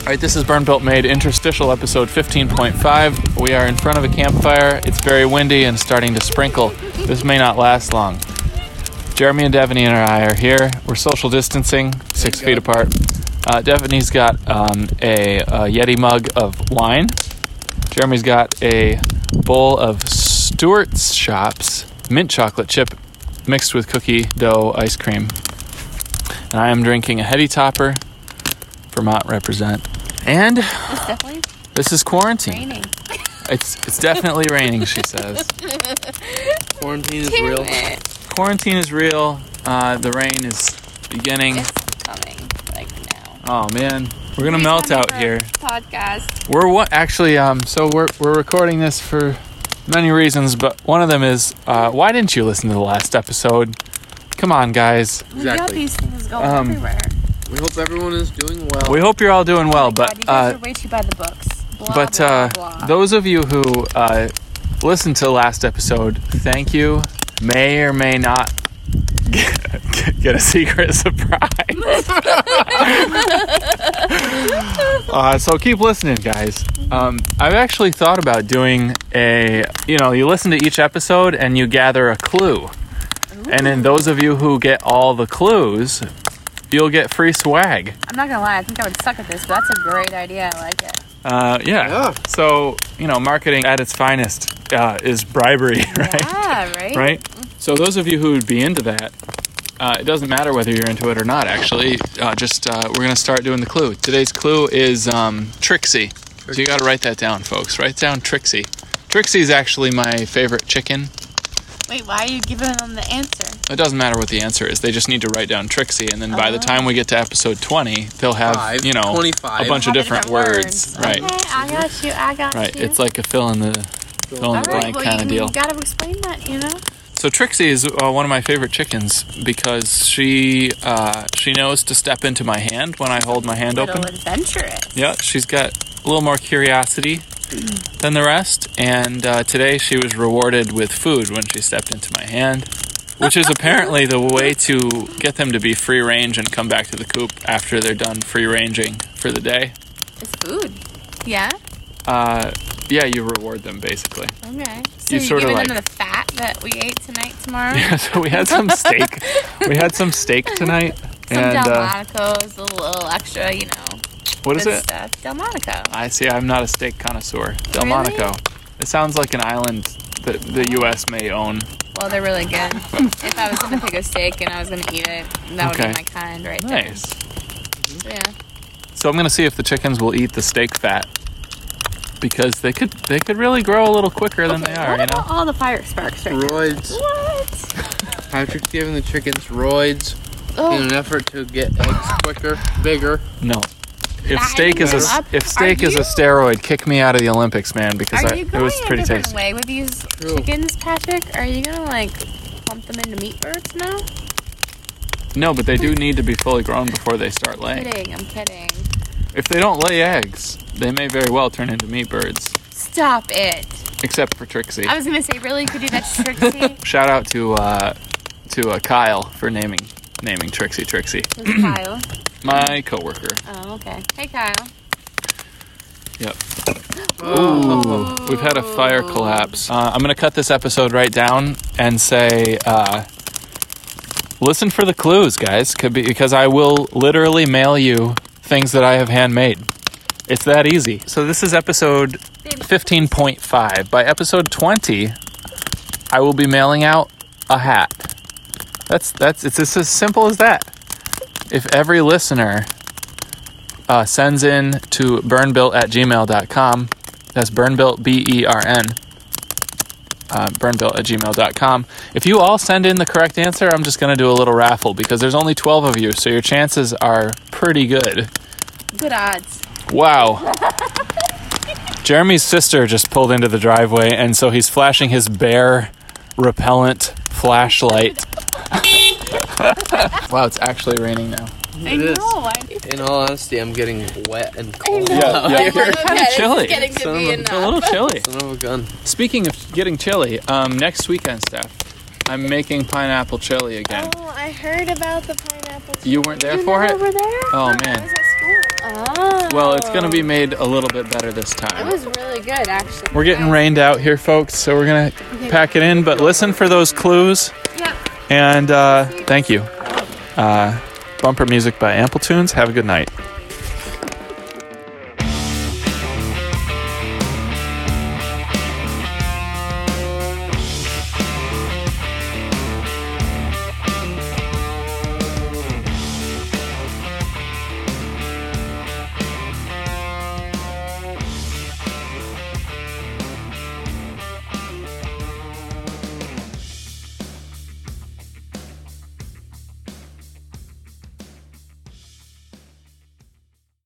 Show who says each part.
Speaker 1: All right, this is Burn Built Made interstitial episode 15.5. We are in front of a campfire. It's very windy and starting to sprinkle. This may not last long. Jeremy and Devaney and I are here. We're social distancing, six feet apart. Uh, Devaney's got um, a, a Yeti mug of wine. Jeremy's got a bowl of Stewart's Shops mint chocolate chip mixed with cookie dough ice cream. And I am drinking a heady topper, Vermont represent. And
Speaker 2: It's definitely
Speaker 1: this is quarantine.
Speaker 2: raining.
Speaker 1: It's it's definitely raining, she says.
Speaker 3: Quarantine is
Speaker 2: Damn
Speaker 3: real.
Speaker 2: it.
Speaker 1: Quarantine is real. Uh, the rain is beginning.
Speaker 2: It's coming like now.
Speaker 1: Oh man, we're gonna
Speaker 2: Every
Speaker 1: melt
Speaker 2: time I
Speaker 1: out
Speaker 2: do a
Speaker 1: here.
Speaker 2: Podcast.
Speaker 1: We're what actually um so we're we're recording this for many reasons, but one of them is uh, why didn't you listen to the last episode? Come on, guys.
Speaker 2: We got
Speaker 3: Exactly.
Speaker 2: these things going
Speaker 1: Um,
Speaker 2: everywhere.
Speaker 3: We hope everyone is doing well.
Speaker 1: We hope you're all doing well,
Speaker 2: God, you
Speaker 1: but
Speaker 2: guys
Speaker 1: uh,
Speaker 2: are way too by the books. Blah,
Speaker 1: but
Speaker 2: blah,
Speaker 1: uh,
Speaker 2: blah.
Speaker 1: those of you who uh, listened to last episode, thank you. May or may not get, get a secret surprise. uh, so keep listening, guys. Um, I've actually thought about doing a you know you listen to each episode and you gather a clue, and then those of you who get all the clues, you'll get free swag.
Speaker 2: I'm not gonna lie. I think I would suck at this, but that's a great idea. I like it.
Speaker 1: Uh, yeah.
Speaker 3: Yeah.
Speaker 1: So you know, marketing at its finest uh, is bribery, right?
Speaker 2: Yeah, right.
Speaker 1: Right. So those of you who would be into that, uh, it doesn't matter whether you're into it or not. Actually, uh, just uh, we're gonna start doing the clue. Today's clue is um, Trixie. So you got to write that down, folks. Write down Trixie. Trixie is actually my favorite chicken.
Speaker 2: Wait, why are you giving them the answer?
Speaker 1: It doesn't matter what the answer is. They just need to write down Trixie, and then by the time we get to episode twenty, they'll have
Speaker 3: Five,
Speaker 1: you know
Speaker 3: 25.
Speaker 1: a bunch of
Speaker 2: Have the
Speaker 1: different, words. Right.
Speaker 2: Okay, I got you. I got
Speaker 1: Right.
Speaker 2: you.
Speaker 1: It's like a fill in the fill in
Speaker 2: All
Speaker 1: the
Speaker 2: right,
Speaker 1: blank
Speaker 2: well,
Speaker 1: kind of
Speaker 2: you
Speaker 1: deal.
Speaker 2: gotta explain that, you know.
Speaker 1: So Trixie is uh, one of my favorite chickens because she uh, she knows to step into my hand when I hold my hand
Speaker 2: Little
Speaker 1: open.
Speaker 2: adventurous.
Speaker 1: Yeah, she's got a little more curiosity than the rest, and uh, today she was rewarded with food when she stepped into my hand, which is apparently the way to get them to be free range and come back to the coop after they're done free ranging for the day.
Speaker 2: It's food. Yeah.
Speaker 1: Uh, yeah, you reward them basically.
Speaker 2: Okay. So
Speaker 1: You
Speaker 2: you are
Speaker 1: sorta
Speaker 2: giving
Speaker 1: like-
Speaker 2: them the fat that we ate tonight, tomorrow.
Speaker 1: Yeah, so we had some steak. we had some steak tonight,
Speaker 2: Some
Speaker 1: and uh,
Speaker 2: Delmonico's, a little extra, you know.
Speaker 1: what is
Speaker 2: good
Speaker 1: it?
Speaker 2: Stuff. Delmonico.
Speaker 1: I see. I'm not a steak connoisseur. Delmonico. It sounds like an island that the U.S. may own.
Speaker 2: Well, they're really good. if I was gonna pick a steak and I was gonna eat it, that
Speaker 1: Okay.
Speaker 2: would be my kind right
Speaker 1: Nice.
Speaker 2: there. Yeah.
Speaker 1: So I'm gonna see if the chickens will eat the steak fat because they could they could really grow a little quicker than they are.
Speaker 2: what
Speaker 1: You know.
Speaker 2: about all the fireworks right now?
Speaker 3: Roids.
Speaker 2: What?
Speaker 3: Patrick's giving the chickens roids in
Speaker 2: Oh,
Speaker 3: an effort to get eggs quicker, bigger.
Speaker 1: No. If
Speaker 2: That
Speaker 1: steak is a
Speaker 2: is up.
Speaker 1: if steak
Speaker 2: Are
Speaker 1: is a
Speaker 2: you-
Speaker 1: steroid, kick me out of the Olympics, man, because
Speaker 2: are
Speaker 1: I,
Speaker 2: you
Speaker 1: it
Speaker 2: going
Speaker 1: was pretty
Speaker 2: a different
Speaker 1: tasty.
Speaker 2: way with these
Speaker 3: True.
Speaker 2: chickens, Patrick? Are you gonna like pump them into meat birds now?
Speaker 1: No, but they do need to be fully grown before they start
Speaker 2: I'm
Speaker 1: laying.
Speaker 2: kidding. I'm kidding.
Speaker 1: If they don't lay eggs, they may very well turn into meat birds.
Speaker 2: Stop it.
Speaker 1: Except for Trixie.
Speaker 2: I was gonna say, really, you could do that to Trixie.
Speaker 1: Shout out to uh, to uh, Kyle for naming naming Trixie Trixie,
Speaker 2: Who's Kyle?
Speaker 1: my coworker.
Speaker 2: Oh, okay. Hey, Kyle.
Speaker 1: Yep.
Speaker 3: Oh.
Speaker 1: We've had a fire collapse. Uh, I'm gonna cut this episode right down and say, uh, listen for the clues, guys, could be, because I will literally mail you things that I have handmade. It's that easy. So this is episode 15.5. By episode 20, I will be mailing out a hat. That's that's it's, it's as simple as that. If every listener uh, sends in to burnbuilt at gmail.com, that's burnbuilt, B E R N, uh, burnbuilt at gmail.com. If you all send in the correct answer, I'm just going to do a little raffle because there's only 12 of you, so your chances are pretty good.
Speaker 2: Good odds.
Speaker 1: Wow. Jeremy's sister just pulled into the driveway, and so he's flashing his bear repellent flashlight. wow, it's actually raining now.
Speaker 2: I
Speaker 3: It is.
Speaker 2: know. I
Speaker 3: In all honesty, I'm getting wet and cold.
Speaker 2: know.
Speaker 1: Yeah, yeah.
Speaker 3: out here.
Speaker 1: kinda chilly.
Speaker 2: Getting to
Speaker 3: Son
Speaker 2: be
Speaker 3: of a-
Speaker 1: It's a little
Speaker 2: enough.
Speaker 1: chilly.
Speaker 3: Son of a gun.
Speaker 1: Speaking of getting chilly, um, next weekend, Steph, I'm making pineapple chili again.
Speaker 4: Oh, I heard about the pineapple.
Speaker 1: You weren't there for it?
Speaker 4: Over there?
Speaker 1: Oh
Speaker 4: I
Speaker 1: man,
Speaker 4: was at school.
Speaker 2: Oh.
Speaker 1: Well, it's going to be made a little bit better this
Speaker 2: It
Speaker 1: time.
Speaker 2: was really good, actually.
Speaker 1: We're getting rained out here, folks, so we're going to pack it in. But listen for those clues.
Speaker 2: Yeah.
Speaker 1: And uh, thank you. Uh, bumper music by Amplitunes. Have a good night.